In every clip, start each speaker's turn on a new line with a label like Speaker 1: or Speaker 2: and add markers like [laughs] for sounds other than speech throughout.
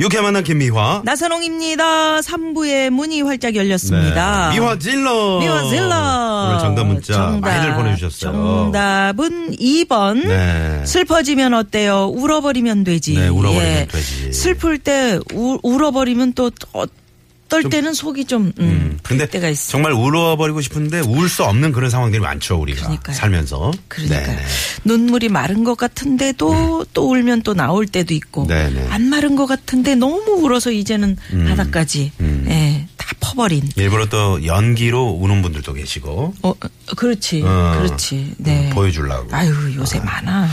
Speaker 1: 유쾌 만난 김미화.
Speaker 2: 나선홍입니다. 3부의 문이 활짝 열렸습니다.
Speaker 1: 네. 미화 질러.
Speaker 2: 미화 질러.
Speaker 1: 오늘 정답 문자
Speaker 2: 정답.
Speaker 1: 많이들 보내주셨어요.
Speaker 2: 정답은 음, 2번.
Speaker 1: 네.
Speaker 2: 슬퍼지면 어때요? 울어버리면 되지. 예.
Speaker 1: 네, 울어버리면 되지.
Speaker 2: 슬플 때 우, 울어버리면 또 어떨
Speaker 1: 좀-
Speaker 2: 때는 속이 좀 음,
Speaker 1: 음, 근데
Speaker 2: 그럴 때가 있어.
Speaker 1: 정말 울어버리고 싶은데 울 수 없는 그런 상황들이 많죠 우리가
Speaker 2: 그러니까요.
Speaker 1: 살면서.
Speaker 2: 그러니까
Speaker 1: 네.
Speaker 2: 눈물이 마른 것 같은데도 또 울면 또 나올 때도 있고
Speaker 1: 네네. 음,
Speaker 2: 안 마른 것 같은데 너무 울어서 이제는 바닥까지 예, 다 퍼버린
Speaker 1: 일부러 또 연기로 우는 분들도 계시고
Speaker 2: 어, 어, 그렇지,
Speaker 1: 어,
Speaker 2: 그렇지. 네.
Speaker 1: 음, 보여주려고. 어.
Speaker 2: 아유, 요새 많아.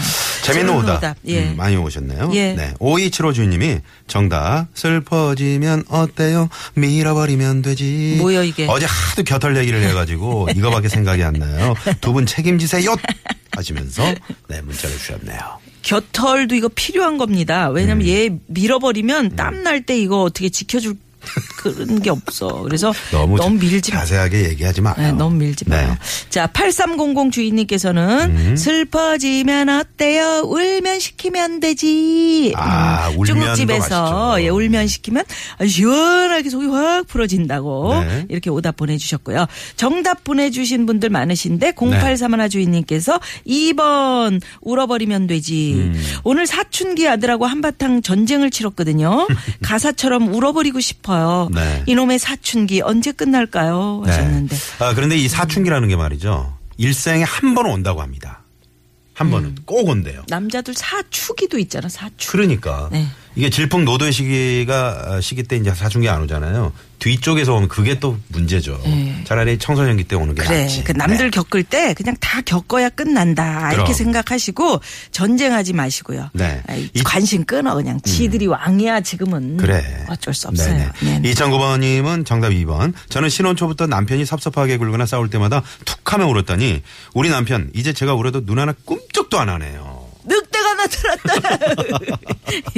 Speaker 1: 재밌는 오답,
Speaker 2: 예.
Speaker 1: 음, 많이 오셨네요.
Speaker 2: 예.
Speaker 1: 네. 5275 주인님이 정답 슬퍼지면 어때요? 밀어버리면 되지.
Speaker 2: 뭐요, 이게? 네.
Speaker 1: 어제 하도 겨털 얘기를
Speaker 2: [laughs]
Speaker 1: 해가지고 이거밖에 생각이 안 나요. 두 분 책임지세요 하시면서 네 문자를 주셨네요.
Speaker 2: 겨털도 이거 필요한 겁니다.
Speaker 1: 음.
Speaker 2: 왜냐면 얘 밀어버리면 땀 날 때 이거 어떻게 지켜줄 그런 게 없어. 그래서
Speaker 1: 너무,
Speaker 2: 너무,
Speaker 1: 자-
Speaker 2: 밀지 마.
Speaker 1: 자세하게 얘기하지 마요.
Speaker 2: 네, 너무 밀지
Speaker 1: 네. 음.
Speaker 2: 마요. 자, 8300 주인님께서는 슬퍼지면 어때요? 울면 시키면 되지.
Speaker 1: 아, 울면도
Speaker 2: 중국집에서
Speaker 1: 맛있죠.
Speaker 2: 예, 울면 시키면 아주 시원하게 속이 확 풀어진다고
Speaker 1: 네.
Speaker 2: 이렇게 오답 보내주셨고요. 정답 보내주신 분들
Speaker 1: 네.
Speaker 2: 많으신데 0831 주인님께서 2번 울어버리면 되지.
Speaker 1: 음.
Speaker 2: 오늘 사춘기 아들하고 한바탕
Speaker 1: [laughs]
Speaker 2: 전쟁을 치렀거든요. 가사처럼 울어버리고 싶어요.
Speaker 1: 네.
Speaker 2: 이놈의 사춘기 언제 끝날까요? 하셨는데.
Speaker 1: 아, 그런데 이 사춘기라는 게 말이죠. 일생에 한 번 온다고 합니다. 한 번은
Speaker 2: 음.
Speaker 1: 꼭 온대요.
Speaker 2: 남자들 사추기도 있잖아 사추.
Speaker 1: 그러니까
Speaker 2: 네.
Speaker 1: 이게 질풍 노도의 시기가 아, 시기 때 이제 사춘기 안 오잖아요. 뒤쪽에서 오면 그게 또 문제죠. 차라리 청소년기 때 오는 게
Speaker 2: 네. 그래,
Speaker 1: 낫지.
Speaker 2: 그
Speaker 1: 네.
Speaker 2: 남들 겪을 때 그냥 다 겪어야 끝난다
Speaker 1: 그럼.
Speaker 2: 이렇게 생각하시고 전쟁하지 마시고요.
Speaker 1: 네.
Speaker 2: 아이,
Speaker 1: 이- 음.
Speaker 2: 관심 끊어 그냥 지들이 왕이야 지금은.
Speaker 1: 네. 그래.
Speaker 2: 어쩔 수 없어요. 네, 네.
Speaker 1: 2009번님은 정답 2번. 저는 신혼 초부터 남편이 섭섭하게 굴거나 싸울 때마다 툭하며 울었더니 우리 남편 이제 제가 울어도 눈 하나 꿈쩍도 안 하네요.
Speaker 2: 늑대가 나타났다.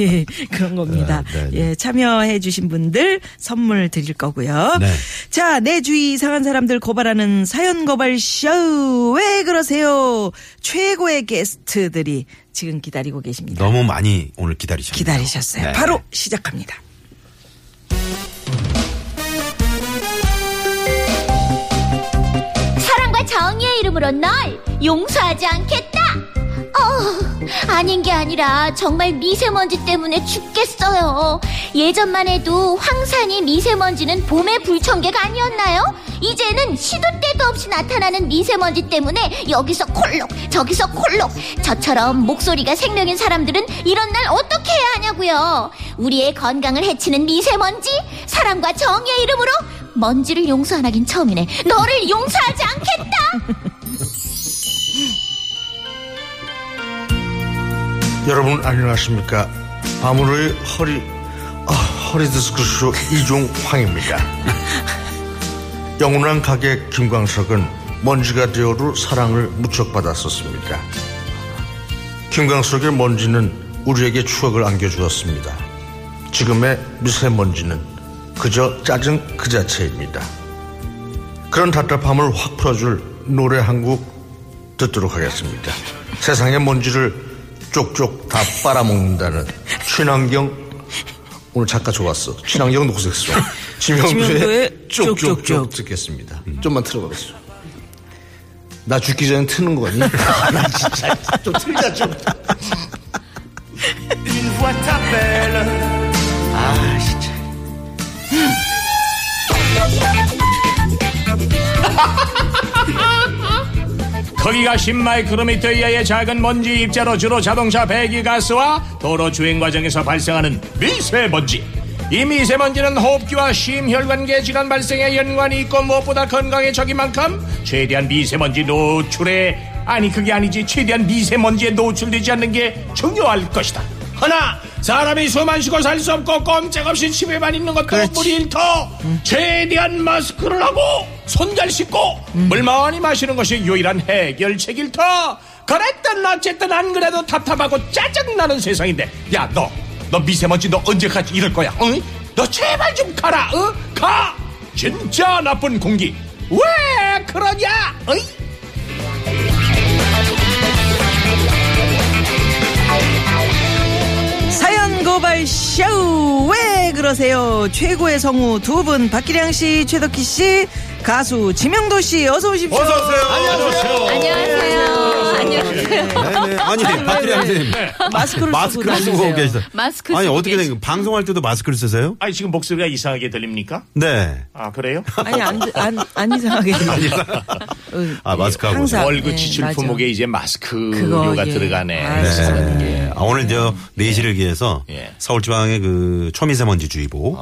Speaker 2: [laughs] 예, 그런 겁니다.
Speaker 1: 네, 네, 네.
Speaker 2: 예, 참여해 주신 분들 선물 드릴 거고요.
Speaker 1: 네.
Speaker 2: 자, 내 주위 이상한 사람들 고발하는 사연 고발 쇼. 왜 그러세요? 최고의 게스트들이 지금 기다리고 계십니다.
Speaker 1: 너무 많이 오늘 기다리셨네요.
Speaker 2: 기다리셨어요.
Speaker 1: 네.
Speaker 2: 바로 시작합니다.
Speaker 3: 사랑과 정의의 이름으로 널 용서하지 않겠다. 어, 아닌 게 아니라 정말 미세먼지 때문에 죽겠어요. 예전만 해도 황산이 미세먼지는 봄의 불청객 아니었나요? 이제는 시도 때도 없이 나타나는 미세먼지 때문에 여기서 콜록, 저기서 콜록. 저처럼 목소리가 생명인 사람들은 이런 날 어떻게 해야 하냐고요. 우리의 건강을 해치는 미세먼지, 사랑과 정의의 이름으로 먼지를 용서 안 하긴 처음이네. 너를 용서하지 않겠다.
Speaker 4: 여러분 안녕하십니까 밤으로의 허리 아, 허리 디스크쇼 이종황입니다 영원한 가게 김광석은 먼지가 되어도 사랑을 무척 받았었습니다 김광석의 먼지는 우리에게 추억을 안겨주었습니다 지금의 미세먼지는 그저 짜증 그 자체입니다 그런 답답함을 확 풀어줄 노래 한 곡 듣도록 하겠습니다. 세상의 먼지를 쪽쪽 다 빨아먹는다는 친환경 오늘 작가 좋았어. 친환경 녹색소 [laughs]
Speaker 2: 지명도의
Speaker 4: 지명도의
Speaker 2: 쪽쪽쪽.
Speaker 4: 쪽쪽쪽 듣겠습니다. 좀만 틀어보겠습니다. 나 죽기 전에 트는 거니? [laughs] 나 진짜 좀 틀자 좀. 아 진짜.
Speaker 5: 크기가 10마이크로미터 이하의 작은 먼지 입자로 주로 자동차 배기가스와 도로 주행 과정에서 발생하는 미세먼지. 이 미세먼지는 호흡기와 심혈관계 질환 발생에 연관이 있고 무엇보다 건강에 적인 만큼 최대한 미세먼지 노출에 아니 그게 아니지 최대한 미세먼지에 노출되지 않는 게 중요할 것이다. 허나 사람이 숨 안 쉬고 살 수 없고 꼼짝없이 집에만 있는 것도 우리 일터 최대한 마스크를 하고 손 잘 씻고 물 많이 마시는 것이 유일한 해결책 일터 그랬든 어쨌든 안 그래도 답답하고 짜증나는 세상인데 야 너 너 미세먼지 너 언제까지 이럴 거야 응? 너 제발 좀 가라 응? 가 진짜 나쁜 공기 왜 그러냐 어이?
Speaker 2: 사연 고발 쇼! 왜 그러세요? 최고의 성우 두 분, 박기량 씨, 최덕희 씨, 가수 지명도 씨, 어서 오십시오.
Speaker 6: 안녕하세요. 안녕하세요.
Speaker 1: 네네. 네. 아니, 박기량 선생님.
Speaker 2: 마스크를 쓰고
Speaker 1: 마스크를 쓰고
Speaker 2: 다니세요.
Speaker 1: 계시다.
Speaker 6: 마스크
Speaker 1: 아니,
Speaker 6: 쓰고
Speaker 1: 어떻게 된
Speaker 6: 계시-
Speaker 1: 거예요? 방송할 때도 마스크를 쓰세요?
Speaker 5: 아니 지금 목소리가 이상하게 들립니까?
Speaker 1: 네.
Speaker 5: 아 그래요?
Speaker 2: 아니, 안, 안, 안 이상하게. 어,
Speaker 1: 아, 마스크하고.
Speaker 2: 항상.
Speaker 5: 월급
Speaker 2: 네,
Speaker 5: 지출
Speaker 2: 맞아.
Speaker 5: 품목에 이제 마스크료가
Speaker 2: 그거, 예.
Speaker 5: 들어가네.
Speaker 2: 아,
Speaker 5: 그래서
Speaker 1: 네. 아, 오늘 저 4시를 기해서
Speaker 5: 예.
Speaker 1: 서울지방의 그 초미세먼지주의보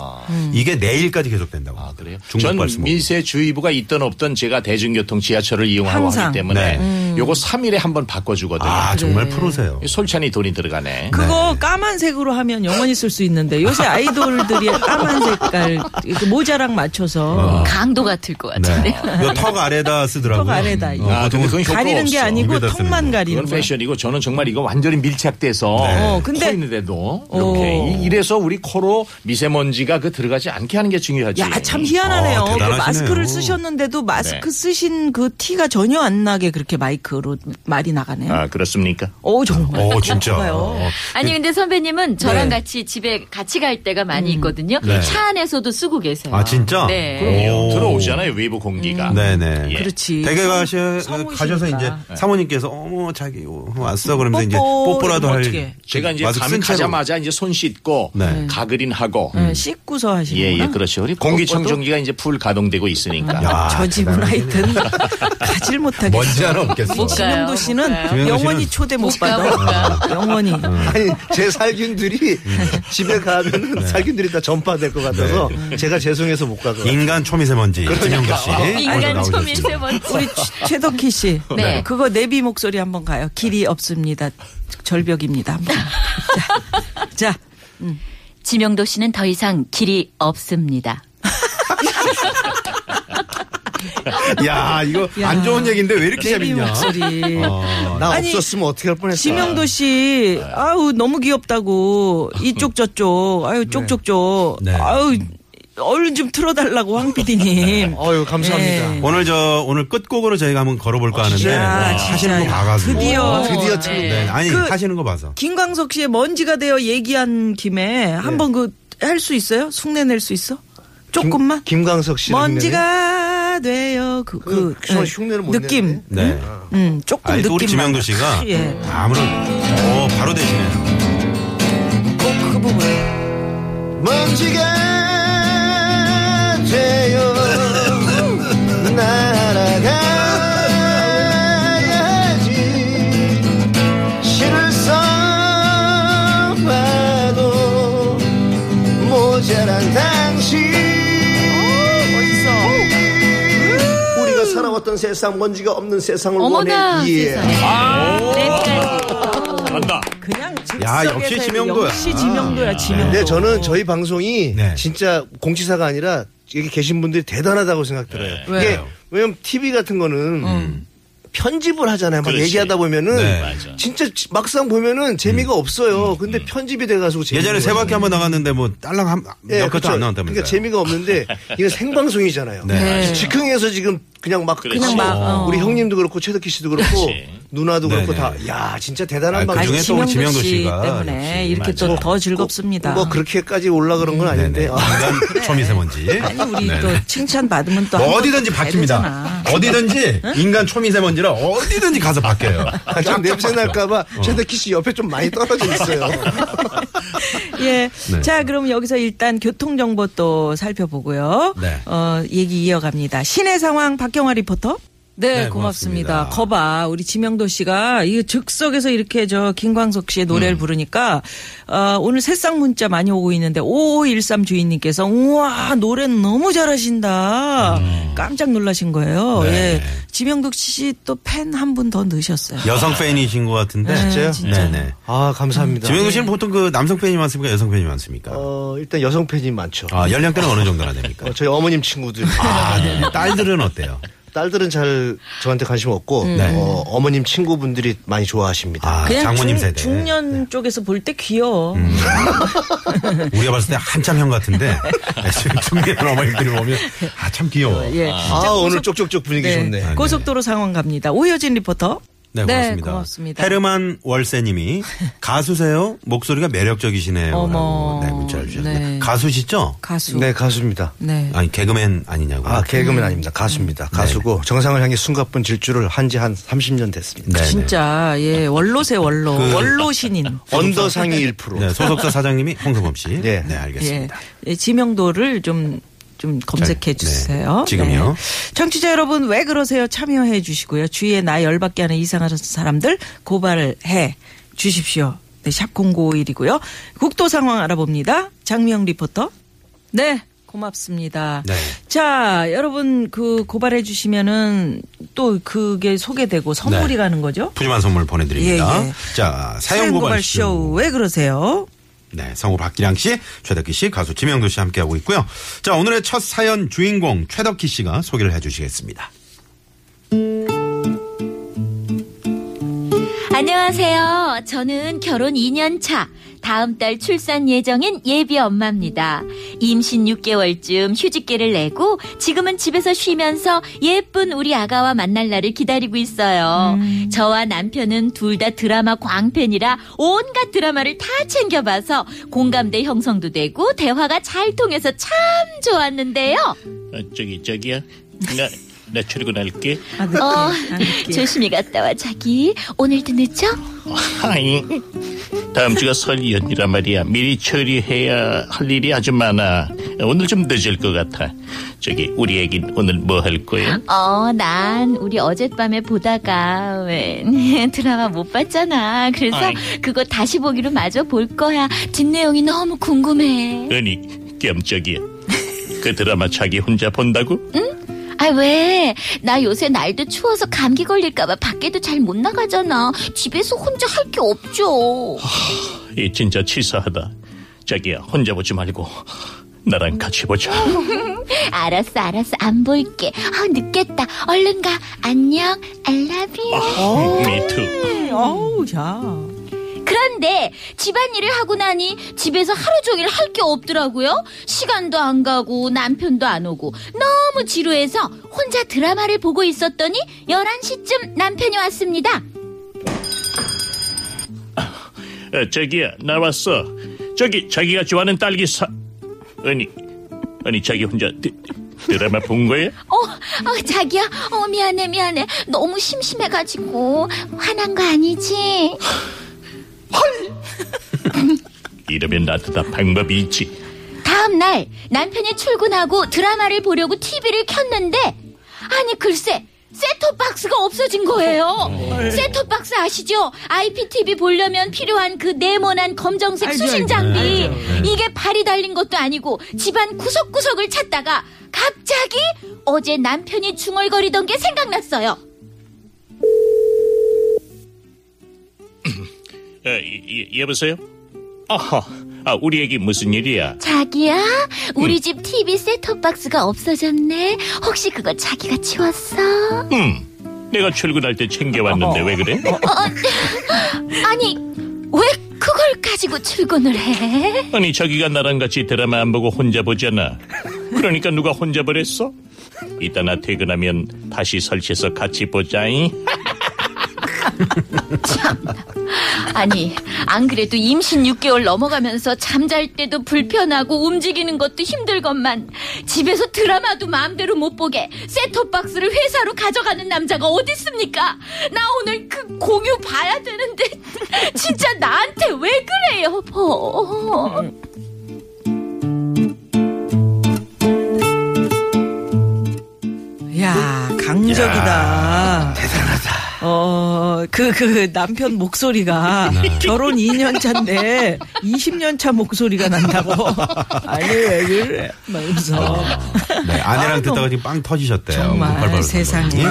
Speaker 1: 이게 내일까지 계속된다고.
Speaker 5: 아, 그래요?
Speaker 1: 중국
Speaker 5: 전
Speaker 1: 발생.
Speaker 5: 민세주의보가 있던 없던 제가 대중교통 지하철을 이용하고
Speaker 2: 항상. 음.
Speaker 5: 하기 때문에
Speaker 1: 네.
Speaker 5: 요거 3일에 한 번 바꿔주거든요.
Speaker 1: 아, 정말 프로세요.
Speaker 5: 솔찬히 돈이 들어가네.
Speaker 2: 그거 까만색으로 하면 영원히 쓸 수 있는데 요새 아이돌들이 까만 색깔 그 모자랑 맞춰서
Speaker 6: 강도 같을 것 같은데요.
Speaker 1: 네. 요턱 아래다 쓰더라고요. 음.
Speaker 2: 턱 아래다, 이거.
Speaker 5: 아, 근데 그건 효과
Speaker 2: 가리는 게
Speaker 5: 없어.
Speaker 2: 아니고
Speaker 1: 입에다
Speaker 2: 턱만
Speaker 1: 쓰는 거.
Speaker 2: 가리는
Speaker 5: 그건
Speaker 2: 거야.
Speaker 5: 패션이고 저는 정말 이거 완전히 밀착돼서
Speaker 1: 네.
Speaker 2: 어, 근데-
Speaker 5: 코 있는데도
Speaker 2: 어.
Speaker 5: 이렇게 이- 이래서 우리 코로 미세먼지가 그 들어가지 않게 하는 게 중요하지.
Speaker 2: 야, 아, 참 희한하네요.
Speaker 1: 어,
Speaker 2: 그
Speaker 1: 대단하시네요.
Speaker 2: 마스크를 쓰셨는데도 마스크 쓰신 그 티가 전혀 안 나게 그렇게 마이크로 말이 나가네요.
Speaker 5: 아, 그렇습니까?
Speaker 2: 오, 정말.
Speaker 1: 어, 진짜.
Speaker 2: 봐요.
Speaker 1: 어.
Speaker 6: 아니 근데 선배님은 저랑
Speaker 1: 네.
Speaker 6: 같이 집에 같이 갈 때가 많이 있거든요. 차 안에서도 쓰고 계세요.
Speaker 1: 아, 진짜?
Speaker 6: 네.
Speaker 1: 오.
Speaker 5: 들어오잖아요, 외부 공기가.
Speaker 1: 음. 네네.
Speaker 5: 예.
Speaker 2: 그렇지.
Speaker 1: 댁에 가셔,
Speaker 2: 성우시니까.
Speaker 1: 가셔서 이제 사모님께서 어머 자기 어, 왔어 그러면서 이제
Speaker 2: 뽀뽀
Speaker 1: 뽀뽀라도
Speaker 2: 이러면
Speaker 1: 할
Speaker 2: 어떡해.
Speaker 5: 제가 이제
Speaker 1: 마스크
Speaker 5: 밤에
Speaker 1: 쓴 채로.
Speaker 5: 가자마자 이제 손 씻고
Speaker 1: 네.
Speaker 5: 가그린하고
Speaker 2: 네, 씻고서 하시는
Speaker 5: 예, 예, 그렇죠. 우리 공기청정기가 이제 풀 가동되고 있으니까.
Speaker 1: 야,
Speaker 2: 저 집은 하여튼 가질
Speaker 1: 먼지
Speaker 2: 못하겠어.
Speaker 1: 하나 없겠어.
Speaker 6: 못 가요.
Speaker 2: 김영도
Speaker 6: 못
Speaker 2: 씨는
Speaker 6: 가요.
Speaker 2: 영원히 초대 못
Speaker 6: 못 가,
Speaker 2: 받아. 어,
Speaker 6: 못 가.
Speaker 2: 영원히.
Speaker 1: 음.
Speaker 7: 아니 제 살균들이 집에 가면
Speaker 1: 네.
Speaker 7: 살균들이 다 전파될 것 같아서
Speaker 1: 음.
Speaker 7: 제가 죄송해서 못 가거든요.
Speaker 1: 인간 초미세먼지
Speaker 7: 그러니까.
Speaker 1: 김영도 씨.
Speaker 7: 어,
Speaker 1: 오늘도
Speaker 6: 인간
Speaker 1: 나오셨습니다.
Speaker 6: 초미세먼지.
Speaker 2: 우리 최- 최덕희 씨.
Speaker 6: 네.
Speaker 2: 그거 내비 목소리 한번 가요. 길이 없습니다. 절벽입니다. 한번. 자. 자.
Speaker 6: 지명도 씨는 더 이상 길이 없습니다.
Speaker 1: 야 이거
Speaker 2: 야.
Speaker 1: 안 좋은 얘기인데 왜 이렇게
Speaker 2: 내비
Speaker 1: 재밌냐?
Speaker 2: 목소리.
Speaker 1: 어,
Speaker 7: 나
Speaker 2: 아니,
Speaker 7: 없었으면 어떻게 할 뻔했어.
Speaker 2: 지명도 씨, 아우 너무 귀엽다고 이쪽 저쪽, 아유 쪽쪽쪽,
Speaker 1: 네.
Speaker 2: 아우 얼른 좀 틀어달라고 황 PD님.
Speaker 7: 네. 어유 감사합니다.
Speaker 2: 예.
Speaker 1: 오늘 저 오늘 끝곡으로 저희가 한번 걸어볼까 하는데
Speaker 2: 야, 아, 진짜.
Speaker 1: 하시는 거 봐가지고
Speaker 2: 드디어.
Speaker 7: 드디어 참-
Speaker 1: 네, 아니
Speaker 2: 그-
Speaker 1: 하시는 거 봐서
Speaker 2: 김광석 씨의 먼지가 되어 얘기한 김에 한번 그 할 수 있어요? 흉내 낼 수 있어? 조금만.
Speaker 7: 김, 김광석 씨
Speaker 2: 먼지가 돼요. 그, 그,
Speaker 7: 그, 그
Speaker 2: 예.
Speaker 7: 흉내를 못
Speaker 2: 느낌.
Speaker 7: 내는데?
Speaker 1: 네.
Speaker 2: 음, 조금
Speaker 1: 아니 또
Speaker 2: 느낌.
Speaker 1: 우리 지명도 씨가 음.
Speaker 2: 예.
Speaker 1: 아무런 어 바로 되시네요.
Speaker 2: 꼭그 부분.
Speaker 7: 먼지가 돼요 날아가야지 신을 써봐도 모자란 당신 우리가 살아왔던 세상 먼지가 없는 세상을
Speaker 6: 어머나
Speaker 7: 원해 예.
Speaker 6: 세상에. 랩까지.
Speaker 5: 간다.
Speaker 2: 그냥 즉석에서
Speaker 1: 야, 역시
Speaker 2: 해도
Speaker 1: 지명도야.
Speaker 2: 역시 지명도야, 지명도.
Speaker 7: 네, 저는 저희 방송이
Speaker 1: 네.
Speaker 7: 진짜 공지사가 아니라 여기 계신 분들이 대단하다고 생각 들어요.
Speaker 1: 네.
Speaker 7: 이게
Speaker 1: 왜요?
Speaker 7: 왜냐면 TV 같은 거는 편집을 하잖아요. 막
Speaker 5: 그렇지.
Speaker 7: 얘기하다 보면은
Speaker 1: 네. 음.
Speaker 5: 맞아.
Speaker 7: 진짜 지- 막상 보면은 재미가 없어요. 근데 편집이 돼가지고 재미가
Speaker 1: 예전에 세 바퀴 한번 나갔는데 뭐 딸랑 한몇 것도 안 나왔다면서요.
Speaker 7: 예, 그러니까 재미가
Speaker 1: [laughs]
Speaker 7: 없는데 이건 생방송이잖아요.
Speaker 1: 네.
Speaker 7: 즉흥에서 지금 그냥 막
Speaker 5: 그렇지.
Speaker 7: 그냥 막
Speaker 2: 어.
Speaker 7: 우리 형님도 그렇고 최덕희 씨도 그렇고
Speaker 5: 그렇지.
Speaker 7: 누나도 그렇고
Speaker 1: 네, 네.
Speaker 7: 다 야 진짜 대단한
Speaker 1: 아,
Speaker 7: 방송.
Speaker 2: 아니,
Speaker 1: 중에 또 우리 지명도 씨가
Speaker 2: 때문에
Speaker 1: 역시
Speaker 2: 이렇게 또 더 즐겁습니다.
Speaker 7: 뭐 그렇게까지 올라 그런 건 아닌데
Speaker 1: 네네.
Speaker 7: 아,
Speaker 1: 인간 초미세먼지.
Speaker 2: 아니 우리
Speaker 1: 네네.
Speaker 2: 또 칭찬 받으면 또
Speaker 1: 뭐
Speaker 2: 한번
Speaker 1: 어디든지
Speaker 2: 가야 되잖아.
Speaker 1: 바뀝니다. 어디든지 인간 초미세먼지라 어디든지 가서 바뀌어요.
Speaker 2: [laughs]
Speaker 7: 아, 좀 냄새 날까봐 최덕희 씨 옆에 좀 많이 떨어져 있어요.
Speaker 2: 예.
Speaker 1: 네.
Speaker 2: 자, 그럼 여기서 일단 교통 정보 또 살펴보고요.
Speaker 1: 네.
Speaker 2: 어, 얘기 이어갑니다. 시내 상황 박경화 리포터. 네,
Speaker 1: 네,
Speaker 2: 고맙습니다.
Speaker 1: 고맙습니다.
Speaker 2: 거봐, 우리 지명도 씨가 이 즉석에서 이렇게 저 김광석 씨의
Speaker 1: 음.
Speaker 2: 노래를 부르니까 어, 오늘 새싹 문자 많이 오고 있는데 5513 주인님께서 우와 노래 너무 잘하신다. 깜짝 놀라신 거예요.
Speaker 1: 음. 네.
Speaker 2: 예, 지명도 씨 또 팬 한 분 더 넣으셨어요.
Speaker 1: 여성 팬이신 것 같은데.
Speaker 2: 네, 진짜요? 진짜.
Speaker 1: 네네.
Speaker 7: [laughs] 아, 감사합니다.
Speaker 1: 지명도 씨는 보통 그 남성 팬이 많습니까? 여성 팬이 많습니까?
Speaker 7: 어, 일단 여성 팬이 많죠.
Speaker 1: 아, 연령대는 어느 정도나 됩니까?
Speaker 7: 어, 저희 어머님 친구들.
Speaker 1: 아, 네. 딸들은 어때요?
Speaker 7: 딸들은 잘 저한테 관심 없고 어, 어머님 친구분들이 많이 좋아하십니다.
Speaker 1: 아, 장모님 세대. 네. 음.
Speaker 2: 중, 년 쪽에서 볼 때 귀여워.
Speaker 1: 우리가 봤을 때 한참 형 같은데 지금 중년 어머니들이 보면 아 참 귀여워.
Speaker 2: 예.
Speaker 7: 아, 오늘 쪽쪽쪽 분위기
Speaker 2: 네.
Speaker 7: 좋네.
Speaker 1: 아,
Speaker 7: 아,
Speaker 2: 고속도로 상황 갑니다. 오효진 리포터.
Speaker 1: 네, 고맙습니다.
Speaker 2: 고맙습니다.
Speaker 1: 헤르만 월세님이 가수세요? 목소리가 매력적이시네요.
Speaker 2: 어머.
Speaker 1: 라고 네, 문자를 주셨는데
Speaker 2: 네.
Speaker 1: 가수시죠?
Speaker 2: 가수.
Speaker 7: 네, 가수입니다.
Speaker 2: 네.
Speaker 1: 아니 개그맨 아니냐고.
Speaker 7: 아, 네. 개그맨 아닙니다. 가수입니다. 가수고 정상을 향해 숨가쁜 질주를 한 지 한 30년 됐습니다.
Speaker 1: 네, 그
Speaker 2: 진짜 예 원로세 원로 원로 신인
Speaker 7: 언더 상위 1%.
Speaker 1: 네, 소속사 사장님이 홍서범 씨.
Speaker 7: 예.
Speaker 1: 네,
Speaker 2: 예
Speaker 1: 알겠습니다.
Speaker 2: 예, 지명도를 좀 좀 검색해
Speaker 1: 잘, 네,
Speaker 2: 주세요.
Speaker 1: 지금요.
Speaker 2: 네. 청취자 여러분 왜 그러세요? 참여해 주시고요. 주위에 나 열받게 하는 이상한 사람들 고발해 주십시오. 네, 샵 051이고요. 국도 상황 알아봅니다. 장미영 리포터. 네. 고맙습니다.
Speaker 1: 네.
Speaker 2: 자, 여러분 그 고발해 주시면은 또 그게 소개되고 선물이
Speaker 1: 네.
Speaker 2: 가는 거죠?
Speaker 1: 푸짐한 선물 보내드립니다.
Speaker 2: 예, 예.
Speaker 1: 자, 사연
Speaker 2: 사연고발
Speaker 1: 고발
Speaker 2: 쇼.
Speaker 1: 쇼.
Speaker 2: 왜 그러세요?
Speaker 1: 네, 성우 박기량 씨, 최덕기 씨, 가수 지명도 씨 함께하고 있고요. 자, 오늘의 첫 사연 주인공 최덕기 씨가 소개를 해주시겠습니다.
Speaker 3: 안녕하세요. 저는 결혼 2년 차, 다음 달 출산 예정인 예비 엄마입니다. 임신 6개월쯤 휴직계를 내고 지금은 집에서 쉬면서 예쁜 우리 아가와 만날 날을 기다리고 있어요. 저와 남편은 둘 다 드라마 광팬이라 온갖 드라마를 다 챙겨봐서 공감대 형성도 되고 대화가 잘 통해서 참 좋았는데요.
Speaker 5: 아, 저기 저기야 나나 출근할게
Speaker 2: 아, 늦게.
Speaker 3: 어,
Speaker 2: 아, 늦게.
Speaker 3: 조심히 갔다 와 자기. 오늘도 늦죠?
Speaker 5: 어, 하이 다음 주가 설 연휴라 말이야 미리 처리해야 할 일이 아주 많아 오늘 좀 늦을 것 같아 저기 우리 애긴 오늘 뭐 할 거야?
Speaker 3: 어, 난 우리 어젯밤에 보다가 왜 [laughs] 드라마 못 봤잖아. 그래서
Speaker 5: 아이.
Speaker 3: 그거 다시 보기로 마저 볼 거야. 뒷내용이 너무 궁금해.
Speaker 5: 아니 겸적이야 그 드라마 자기 혼자 본다고?
Speaker 3: 아, 왜? 나 요새 날도 추워서 감기 걸릴까봐 밖에도 잘 못 나가잖아. 집에서 혼자 할 게 없죠.
Speaker 5: 이 진짜 치사하다 자기야 혼자 보지 말고 나랑 같이 보자
Speaker 3: 알았어, 알았어. 안 볼게. 아, 늦겠다. 얼른 가. 안녕. I love you.
Speaker 5: 아. 미투
Speaker 2: 어우, 자.
Speaker 3: 그런데 집안일을 하고 나니 집에서 하루 종일 할 게 없더라고요. 시간도 안 가고 남편도 안 오고 너무 지루해서 혼자 드라마를 보고 있었더니 11시쯤 남편이 왔습니다.
Speaker 5: 어, 자기야 나왔어 저기 자기가 좋아하는 딸기 사 아니 아니 자기 혼자 드, 드라마 본 거야?
Speaker 3: 어, 어, 자기야. 어, 미안해, 미안해. 너무 심심해가지고. 화난 거 아니지?
Speaker 5: 이러면 나한테 다 방법이 있지
Speaker 3: 다음날 남편이 출근하고 드라마를 보려고 TV를 켰는데 아니 글쎄 셋톱박스가 없어진 거예요.
Speaker 2: 네.
Speaker 3: 셋톱박스 아시죠? IPTV 보려면 필요한 그 네모난 검정색
Speaker 2: 알죠,
Speaker 3: 수신
Speaker 2: 알죠. 네.
Speaker 3: 장비. 이게 발이 달린 것도 아니고 집안 구석구석을 찾다가 갑자기 어제 남편이 중얼거리던 게 생각났어요.
Speaker 5: 어, 이- 이- 여보세요? 아하 아 우리 애기 무슨 일이야?
Speaker 3: 자기야, 우리 집 TV 셋톱박스가 없어졌네. 혹시 그거 자기가 치웠어?
Speaker 5: 음 내가 출근할 때 챙겨왔는데 왜 그래?
Speaker 3: 아니 왜 그걸 가지고 출근을 해?
Speaker 5: 아니 자기가 나랑 같이 드라마 안 보고 혼자 보잖아. 그러니까 누가 혼자 보랬어? 이따 나 퇴근하면 다시 설치해서 같이 보자잉.
Speaker 3: 아니 안 그래도 임신 6개월 넘어가면서 잠잘 때도 불편하고 움직이는 것도 힘들건만 집에서 드라마도 마음대로 못 보게 셋톱박스를 회사로 가져가는 남자가 어딨습니까? 나 오늘 그 공유 봐야 되는데 [laughs] 진짜 나한테 왜 그래 여보?
Speaker 2: 야, 강 감적이다. 대단하다. 어, 그, 그 남편 목소리가
Speaker 1: 네.
Speaker 2: 결혼 2년 차인데 20년 차 목소리가 난다고. 아니, 왜 그래. 막 이러면서.
Speaker 1: 네, 아내랑
Speaker 2: 어. 아이고.
Speaker 1: 듣다가 지금 빵 터지셨대요. 예?
Speaker 2: 정말
Speaker 1: 목발바로
Speaker 2: 세상에.
Speaker 1: 선생님.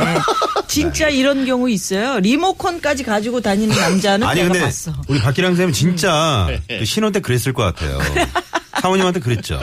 Speaker 2: 진짜 이런 경우 있어요. 리모컨까지 가지고 다니는 남자는
Speaker 1: 아니
Speaker 2: 내가
Speaker 1: 근데
Speaker 2: 봤어.
Speaker 1: 우리 박기랑 쌤은 진짜 그 신혼 때 그랬을 것 같아요. 사모님한테 그랬죠.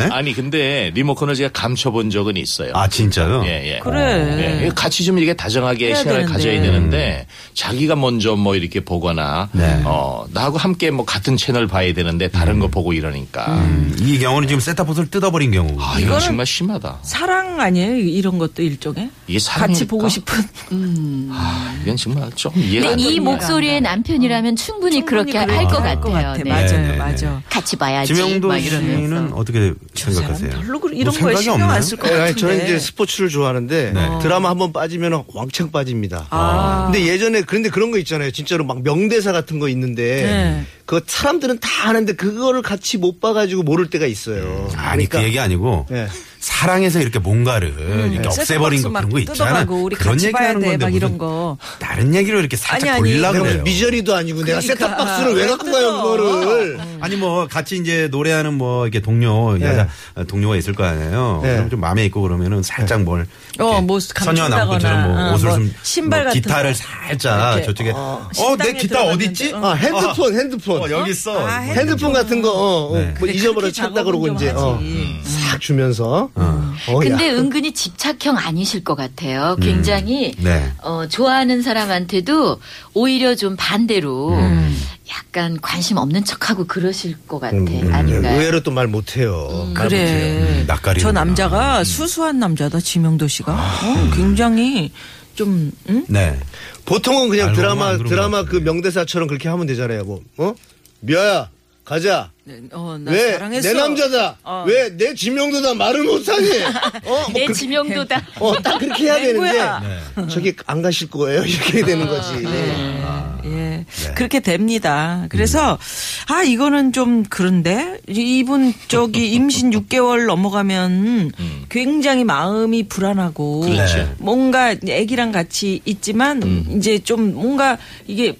Speaker 1: 네?
Speaker 5: 아니 근데 리모컨을 제가 감춰본 적은 있어요.
Speaker 1: 아 진짜요?
Speaker 5: 예, 예.
Speaker 2: 그래.
Speaker 5: 예, 같이 좀 이렇게 다정하게
Speaker 2: 해야
Speaker 5: 시간을
Speaker 2: 되는데.
Speaker 5: 가져야 되는데 자기가 먼저 뭐 이렇게 보거나
Speaker 1: 네.
Speaker 5: 어 나하고 함께 뭐 같은 채널 봐야 되는데 다른 거 보고 이러니까
Speaker 1: 음, 이 경우는 지금 셋탑봇을 뜯어버린 경우.
Speaker 5: 아 이건 정말 심하다.
Speaker 2: 사랑 아니에요? 이런 것도 일종의?
Speaker 5: 이게
Speaker 2: 같이
Speaker 5: 사랑일까?
Speaker 2: 보고 [laughs] 싶은.
Speaker 5: 아, 이건 정말 좀 이해가 안
Speaker 6: 근데
Speaker 5: 돼.
Speaker 6: 네, 이 목소리의 남편이라면 충분히, 그렇게 할 것
Speaker 2: 할것
Speaker 6: 같아요. 네.
Speaker 2: 맞아요,
Speaker 1: 네, 네,
Speaker 2: 맞아.
Speaker 6: 같이 봐야지. 막
Speaker 1: 지명도 씨는
Speaker 6: 이러면서.
Speaker 1: 어떻게
Speaker 2: 사람
Speaker 1: 생각하세요?
Speaker 2: 별로 그-
Speaker 1: 뭐
Speaker 2: 이런 거에
Speaker 1: 생각이
Speaker 2: 신경
Speaker 1: 없나요?
Speaker 2: 안 쓸 것
Speaker 7: 예,
Speaker 2: 같은데.
Speaker 7: 아니, 저는 이제 스포츠를 좋아하는데
Speaker 1: 네.
Speaker 7: 드라마 한 번 빠지면 왕창 빠집니다.
Speaker 2: 아.
Speaker 7: 근데 예전에 그런데 그런 거 있잖아요. 진짜로 막 명대사 같은 거 있는데
Speaker 2: 네.
Speaker 7: 그 사람들은 다 아는데 그거를 같이 못 봐가지고 모를 때가 있어요.
Speaker 1: 아니
Speaker 2: 그러니까.
Speaker 1: 그 얘기 아니고
Speaker 7: 네.
Speaker 1: 사랑해서 이렇게 뭔가를 이렇게 없애버린 거
Speaker 2: 음, 막
Speaker 1: 그런 거 있잖아.
Speaker 2: 뜯어가고 우리
Speaker 1: 그런
Speaker 2: 같이
Speaker 1: 얘기
Speaker 2: 봐야
Speaker 1: 하는
Speaker 2: 돼,
Speaker 1: 건데
Speaker 2: 막 이런
Speaker 1: 무슨
Speaker 2: 거.
Speaker 1: 다른 얘기로 이렇게 살짝
Speaker 2: 아니, 아니.
Speaker 1: 돌리려고
Speaker 7: 내가
Speaker 1: 그래요.
Speaker 7: 미저리도 아니고 내가
Speaker 2: 그러니까.
Speaker 7: 셋탑박스를 왜 갖고 가요
Speaker 2: 뜯어.
Speaker 7: 그거를.
Speaker 1: 아니 뭐 같이 이제 노래하는 뭐 이렇게 동료
Speaker 7: 네.
Speaker 1: 여자 어, 동료가 있을 거 아니에요.
Speaker 7: 네.
Speaker 1: 그럼 좀 마음에 있고 그러면은 살짝 뭘
Speaker 2: 어,
Speaker 1: 이렇게
Speaker 2: 뭐
Speaker 1: 선녀 남고처럼 뭐
Speaker 2: 감춘다거나,
Speaker 1: 네. 옷을
Speaker 2: 어,
Speaker 1: 좀
Speaker 2: 뭐 신발 같은
Speaker 1: 기타를
Speaker 2: 거.
Speaker 1: 살짝
Speaker 2: 이렇게.
Speaker 1: 아, 저쪽에 어
Speaker 2: 식당에
Speaker 1: 내 기타 어디
Speaker 2: 들어갔는데,
Speaker 1: 있지?
Speaker 2: 어.
Speaker 7: 아 핸드폰 핸드폰.
Speaker 1: 어, 네. 여기 있어.
Speaker 2: 아, 핸드폰.
Speaker 7: 핸드폰 같은 거, 어, 어, 뭐 잊어버려 찾다 그러고 이제, 어,
Speaker 2: 음,
Speaker 7: 싹 주면서. 어,
Speaker 6: 근데
Speaker 7: 야.
Speaker 6: 은근히 집착형 아니실 것 같아요. 굉장히
Speaker 1: 네.
Speaker 6: 어, 좋아하는 사람한테도 오히려 좀 반대로 약간 관심 없는 척하고 그러실 것 같아. 아닌가요?
Speaker 7: 의외로 또 말 못해요. 말 못해요.
Speaker 2: 음, 그래.
Speaker 1: 낯가리는구나.
Speaker 2: 저 남자가 수수한 남자다, 지명도 씨가. 어, 굉장히 좀, 응?
Speaker 1: 네.
Speaker 7: 보통은 그냥
Speaker 1: 알고
Speaker 7: 드라마,
Speaker 1: 보면 그런
Speaker 7: 드라마
Speaker 1: 것
Speaker 7: 아, 그
Speaker 1: 같은데.
Speaker 7: 명대사처럼 그렇게 하면 되잖아요. 뭐, 어? 미아야, 가자.
Speaker 2: 어, 나
Speaker 7: 왜?
Speaker 2: 사랑했어.
Speaker 7: 내 남자다.
Speaker 2: 어.
Speaker 7: 왜? 내 지명도다. 말을
Speaker 2: [laughs]
Speaker 7: 못하니? 어? 뭐,
Speaker 6: 내 지명도다.
Speaker 7: 어, 딱 그렇게 해야
Speaker 2: 맹구야.
Speaker 7: 되는데. 저게 안 가실 거예요. [laughs] 이렇게
Speaker 2: 아.
Speaker 7: 되는 거지.
Speaker 2: 예. 그렇게 됩니다. 그래서 아 이거는 좀 그런데 이- 이분 저기 임신 6개월 넘어가면 굉장히 마음이 불안하고
Speaker 5: 그렇죠.
Speaker 2: 뭔가 아기랑 같이 있지만 이제 좀 뭔가 이게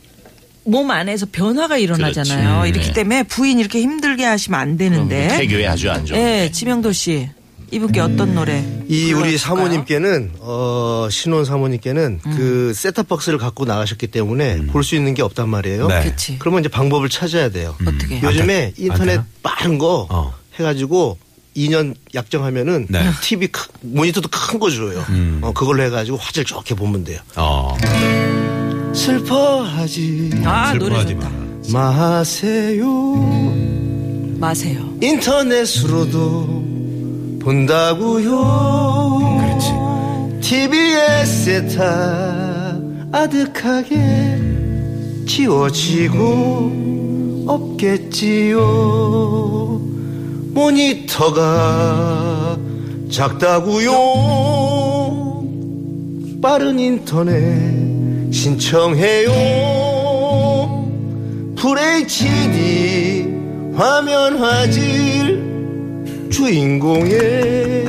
Speaker 2: 몸 안에서 변화가 일어나잖아요.
Speaker 5: 그렇지.
Speaker 2: 이렇기
Speaker 5: 네.
Speaker 2: 때문에 부인 이렇게 힘들게 하시면 안 되는데.
Speaker 5: 태교에 음, 아주 안 좋은.
Speaker 2: 예, 지명도 씨. 이분께 어떤 노래?
Speaker 7: 이 우리
Speaker 2: 불러줄까요?
Speaker 7: 사모님께는 어 신혼 사모님께는
Speaker 2: 음.
Speaker 7: 그 셋탑 박스를 갖고 나가셨기 때문에 볼 수 있는 게 없단 말이에요.
Speaker 1: 네.
Speaker 2: 그치.
Speaker 7: 러면 이제 방법을 찾아야 돼요.
Speaker 2: 어떻게?
Speaker 7: 요즘에 인터넷
Speaker 1: 돼요?
Speaker 7: 빠른 거
Speaker 1: 어.
Speaker 7: 해가지고 2년 약정하면은
Speaker 1: 네. 음.
Speaker 7: TV 크- 모니터도 큰 거 줘요. 어, 그걸로 해가지고 화질 좋게 보면 돼요.
Speaker 1: 어.
Speaker 7: 슬퍼하지
Speaker 2: 아, 노래
Speaker 1: 슬퍼하지
Speaker 2: 좋다.
Speaker 1: 마라.
Speaker 7: 마세요.
Speaker 2: 마세요.
Speaker 7: 인터넷으로도 본다고요. 그렇지. TV의 세타 아득하게 지워지고 없겠지요. 모니터가 작다고요. 빠른 인터넷 신청해요. FHD 화면 화질 주인공의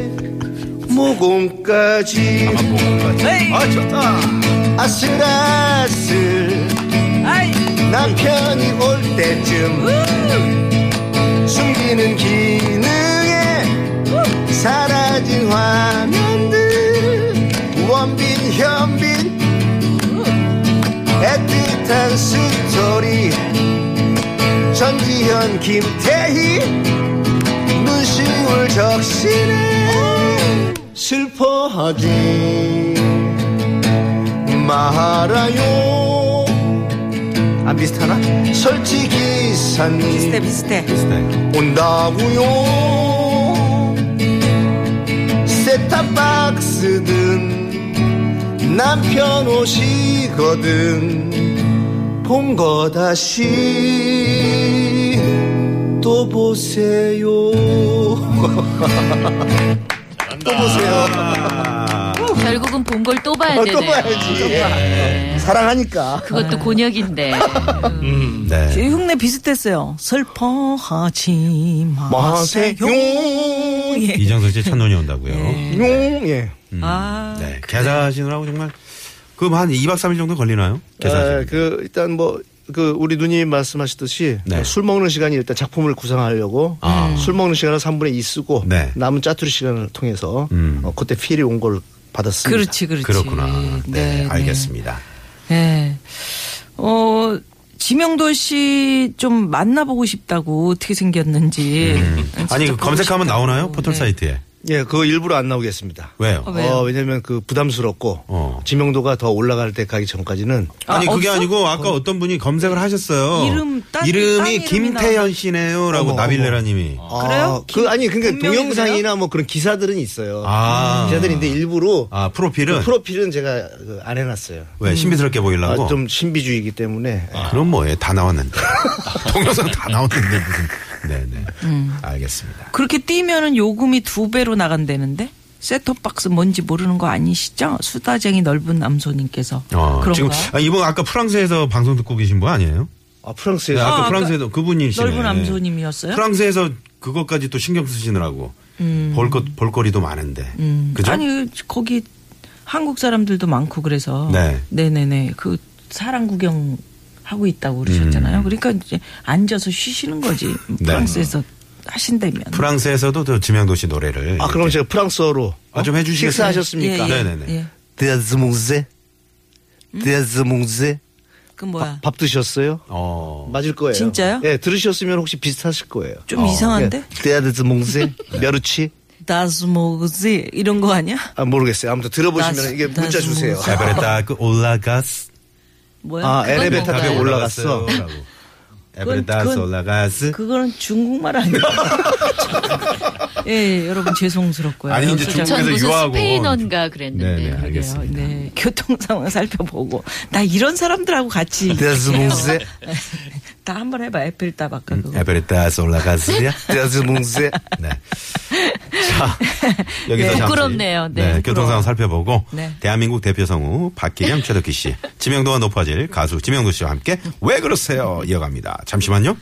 Speaker 7: 모공까지
Speaker 2: 에이,
Speaker 7: 아 좋다 아슬아슬
Speaker 2: 아이,
Speaker 7: 남편이 올 때쯤 숨기는 기능에 사라진 화면들 원빈 현빈 애틋한 스토리 전지현 김태희 눈시울 적시네 슬퍼하지 말아요 안 비슷하나? 솔직히 산
Speaker 2: 비슷해, 비슷해.
Speaker 7: 온다고요 세탁박스든 남편 오시거든 본 거 다시 또 보세요 또 보세요
Speaker 2: 아.
Speaker 6: 결국은 본 걸 또 봐야
Speaker 7: 어,
Speaker 6: 되네요. 아, 예.
Speaker 7: 또 봐야지. 사랑하니까.
Speaker 6: 그것도 곤역인데.
Speaker 2: 제
Speaker 1: 네.
Speaker 2: 흉내 비슷했어요. 슬퍼하지 마세요.
Speaker 7: 마세요.
Speaker 2: 예.
Speaker 1: 이정석 씨 첫눈이 온다고요.
Speaker 7: 용, 예.
Speaker 2: 네. 아,
Speaker 1: 네. 계사하시느라고 정말 그럼 한 2박 3일 정도 걸리나요? 계사.
Speaker 7: 에, 그 일단 뭐 그 우리 누님 말씀하셨듯이
Speaker 1: 네.
Speaker 7: 술 먹는 시간이 일단 작품을 구상하려고
Speaker 1: 아.
Speaker 7: 술 먹는 시간을 3분의 2 쓰고
Speaker 1: 네.
Speaker 7: 남은 짜투리 시간을 통해서
Speaker 1: 음.
Speaker 7: 어, 그때 필이 온 걸 받았습니다.
Speaker 2: 그렇지, 그렇지.
Speaker 1: 그렇구나. 네, 알겠습니다.
Speaker 2: 네. 어, 지명도 씨 좀 만나보고 싶다고 어떻게 생겼는지. 네, 진짜
Speaker 1: 아니 그
Speaker 2: 보고
Speaker 1: 검색하면
Speaker 2: 싶다고.
Speaker 1: 나오나요? 포털
Speaker 2: 네.
Speaker 1: 사이트에.
Speaker 7: 예, 그거 일부러 안 나오겠습니다.
Speaker 1: 왜요?
Speaker 2: 아, 왜요?
Speaker 7: 어, 왜냐면 그 부담스럽고
Speaker 1: 어.
Speaker 7: 지명도가 더 올라갈 때 가기 전까지는
Speaker 1: 아니
Speaker 2: 아,
Speaker 1: 그게
Speaker 2: 없어? 네.
Speaker 1: 아니고 아까 어떤 분이 검색을 하셨어요.
Speaker 2: 이름, 딴- 딴
Speaker 1: 이
Speaker 2: 이름이
Speaker 1: 김태현 씨네요라고
Speaker 7: 어머,
Speaker 1: 나빌레라님이.
Speaker 2: 그래요?
Speaker 7: 그 아니 그러니까
Speaker 2: 분명히
Speaker 7: 동영상이나 뭐 그런 기사들은 있어요.
Speaker 1: 아.
Speaker 7: 기사들인데 일부러
Speaker 1: 아 프로필은
Speaker 7: 그 프로필은 제가 그안 해놨어요.
Speaker 1: 왜 신비스럽게 보이려고?
Speaker 7: 아, 좀 신비주의이기 때문에
Speaker 1: 아, 그럼 뭐예요? 다
Speaker 7: [laughs]
Speaker 1: 나왔는데 동영상 다 나왔는데 무슨? 네네.
Speaker 2: 음.
Speaker 1: 알겠습니다.
Speaker 2: 그렇게 뛰면은 요금이 두 배로 나간다는데? 셋톱박스 뭔지 모르는 거 아니시죠? 수다쟁이 넓은 남소님께서.
Speaker 1: 어,
Speaker 2: 그런가요?
Speaker 1: 지금 아, 이분 아까 프랑스에서 방송 듣고 계신 분 아니에요?
Speaker 7: 아,
Speaker 1: 네,
Speaker 7: 프랑스에서
Speaker 1: 아까
Speaker 2: 아까
Speaker 1: 프랑스에서 그분이시네.
Speaker 2: 넓은 암소님이었어요?
Speaker 1: 프랑스에서 그것까지 또 신경 쓰시느라고 볼것 볼거리도 많은데. 그죠?
Speaker 2: 음. 아니 거기 한국 사람들도 많고 그래서
Speaker 1: 네.
Speaker 2: 네네그 사람 구경 하고 있다고 그러셨잖아요.
Speaker 1: 음.
Speaker 2: 그러니까 이제 앉아서 쉬시는 거지
Speaker 1: 네.
Speaker 2: 프랑스에서 하신다면.
Speaker 1: 프랑스에서도 저 지명도 씨 노래를.
Speaker 7: 아, 그럼
Speaker 1: 이렇게.
Speaker 7: 제가 프랑스어로
Speaker 1: 아, 좀 해주시겠어요?
Speaker 7: 식사하셨습니까?
Speaker 1: 예, 예. 네네네.
Speaker 7: 데즈몽세, 데즈몽세.
Speaker 2: 그 뭐야?
Speaker 7: 밥 드셨어요?
Speaker 1: 어.
Speaker 7: 맞을 거예요.
Speaker 2: 진짜요? 아,
Speaker 7: 예, 들으셨으면 혹시 비슷하실 거예요.
Speaker 2: 좀 이상한데? [laughs]
Speaker 7: 데즈몽세, 며르치.
Speaker 2: 다스모그지 이런 거 아니야?
Speaker 7: 아, 모르겠어요. 아무튼 들어보시면
Speaker 2: 나스-
Speaker 7: 이게 문자
Speaker 2: 나스몽세.
Speaker 7: 주세요. [laughs]
Speaker 1: 에베레타 그 올라가스.
Speaker 2: 뭐야?
Speaker 7: 아,
Speaker 2: 그건
Speaker 7: 엘리베이터
Speaker 2: 뭔가요?
Speaker 7: 타고 올라갔어.
Speaker 1: 올라갔어요라고. 에베레타스
Speaker 2: 그건-
Speaker 1: 올라가스.
Speaker 2: 그거는 중국말
Speaker 1: [laughs]
Speaker 2: 아니에요? 예, 여러분 죄송스럽고요.
Speaker 1: 아니, 이제
Speaker 2: 소장-
Speaker 1: 중국에서
Speaker 6: 전 무슨
Speaker 1: 유학원.
Speaker 6: 스페인어인가 그랬는데.
Speaker 1: 네네,
Speaker 6: 그러게요.
Speaker 1: 알겠습니다.
Speaker 2: 네, 교통 상황 살펴보고 나 이런 사람들하고 같이
Speaker 7: 데즈몽세,
Speaker 2: 다 한번 해봐 에펠 탑 아까 그거.
Speaker 1: 에베레타스 올라가스야.
Speaker 2: [laughs]
Speaker 7: 데즈몽세.
Speaker 1: 네. 자, 여기서 잠시
Speaker 6: 부끄럽네요. 네, 부끄러워.
Speaker 1: 교통 상황 살펴보고
Speaker 2: 네.
Speaker 1: 대한민국 대표 성우 박기영, 최덕기 씨, 지명도가 높아질 가수 지명도 씨와 함께 왜 그러세요? 이어갑니다. 잠시만요.